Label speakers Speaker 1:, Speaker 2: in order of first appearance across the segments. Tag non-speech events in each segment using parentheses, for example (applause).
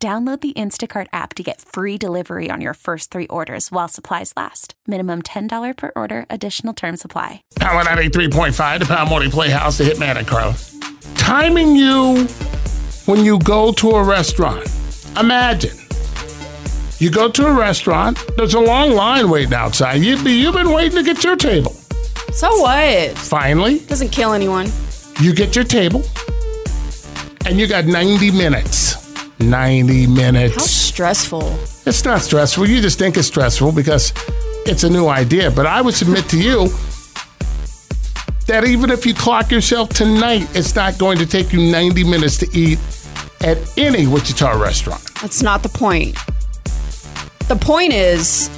Speaker 1: Download the Instacart app to get free delivery on your first three orders while supplies last. Minimum $10 per order, additional term supply.
Speaker 2: Power 93.5, the Power Morning Playhouse, the Hitman and Carla. Timing you when you go to a restaurant. Imagine. You go to a restaurant, there's a long line waiting outside. You, you've been waiting to get your table.
Speaker 3: So what?
Speaker 2: Finally,
Speaker 3: Doesn't kill anyone.
Speaker 2: you get your table, and you got 90 minutes. 90 minutes.
Speaker 3: How stressful.
Speaker 2: It's not stressful. You just think it's stressful because it's a new idea. But I would submit to you that even if you clock yourself tonight, it's not going to take you 90 minutes to eat at any Wichita restaurant.
Speaker 3: That's not the point. The point is,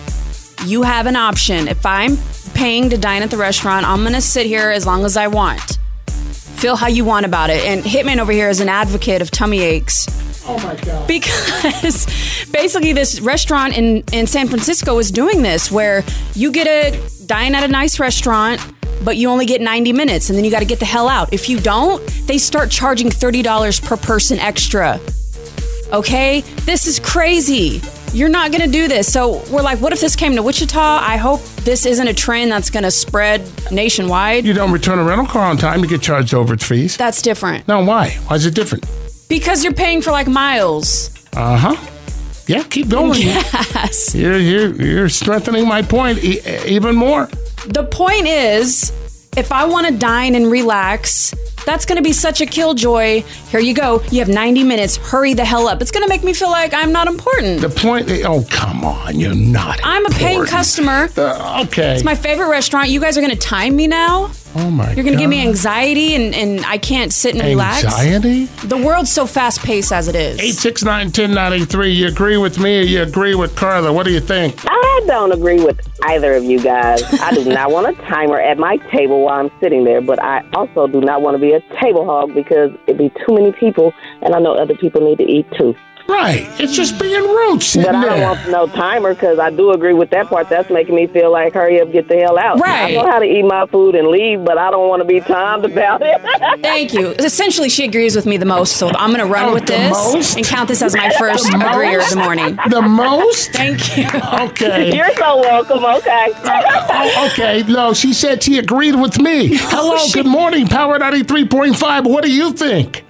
Speaker 3: you have an option. If I'm paying to dine at the restaurant, I'm going to sit here as long as I want. Feel how you want about it. And Hitman over here is an advocate of tummy aches
Speaker 2: Oh my God.
Speaker 3: because (laughs) basically this restaurant in, in San Francisco is doing this where you get a dine at a nice restaurant but you only get 90 minutes and then you got to get the hell out. If you don't, they start charging $30 per person extra. Okay? This is crazy. You're not going to do this. So we're like, what if this came to Wichita? I hope this isn't a trend that's going to spread nationwide.
Speaker 2: You don't return a rental car on time, you get charged over its fees.
Speaker 3: That's different.
Speaker 2: Now, why? Why is it different?
Speaker 3: Because you're paying for like miles.
Speaker 2: Uh huh. Yeah, keep going.
Speaker 3: Yes.
Speaker 2: You're, you're, you're strengthening my point e- even more.
Speaker 3: The point is, if I want to dine and relax, that's going to be such a killjoy. Here you go. You have 90 minutes. Hurry the hell up. It's going to make me feel like I'm not important.
Speaker 2: The point, oh, come on, you're not.
Speaker 3: I'm a paying
Speaker 2: important.
Speaker 3: customer.
Speaker 2: Uh, okay.
Speaker 3: It's my favorite restaurant. You guys are going to time me now?
Speaker 2: oh my
Speaker 3: You're going to give me
Speaker 2: God.
Speaker 3: anxiety and, and I can't sit and relax?
Speaker 2: Anxiety?
Speaker 3: The world's so fast paced as it is.
Speaker 2: 869-1093. You agree with me or you agree with Carla? What do you think?
Speaker 4: I don't agree with either of you guys. I do not want a timer at my table while I'm sitting there, but I also do not want to be a table hog because it'd be too many people, and I know other people need to eat too.
Speaker 2: Right. It's just being rude sitting
Speaker 4: But I don't
Speaker 2: there.
Speaker 4: want no timer because I do agree with that part. That's making me feel like hurry up, get the hell out.
Speaker 3: Right.
Speaker 4: I know how to eat my food and leave, but I don't want to be timed about it. (laughs)
Speaker 3: Thank you. Essentially, she agrees with me the most, so I'm going to run
Speaker 2: Oh,
Speaker 3: with
Speaker 2: the
Speaker 3: this
Speaker 2: most?
Speaker 3: and count this as my first agreeer of the morning.
Speaker 2: the most? (laughs)
Speaker 3: Thank you.
Speaker 2: Okay.
Speaker 4: (laughs) You're so welcome. Okay.
Speaker 2: Oh, okay. No, she said she agreed with me. Hello, good morning, Power 93.5. What do you think?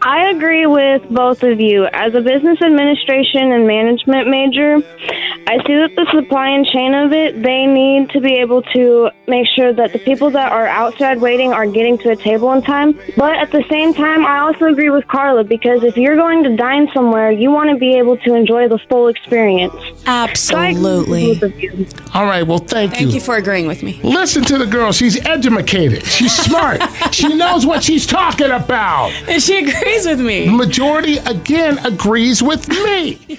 Speaker 5: I agree with both of you. As a business administration and management major, I see that the supply and chain of it, they need to be able to make sure that the people that are outside waiting are getting to a table in time. But at the same time, I also agree with Carla because if you're going to dine somewhere, you want to be able to enjoy the full experience. So I agree with
Speaker 3: Absolutely.
Speaker 5: both of you.
Speaker 2: All right, well, thank,
Speaker 3: Thank you for agreeing with me.
Speaker 2: Listen to the girl. She's educated. She's
Speaker 3: (laughs)
Speaker 2: smart. she knows what she's talking about.
Speaker 3: And she agrees with me.
Speaker 2: Majority, again, agrees with me.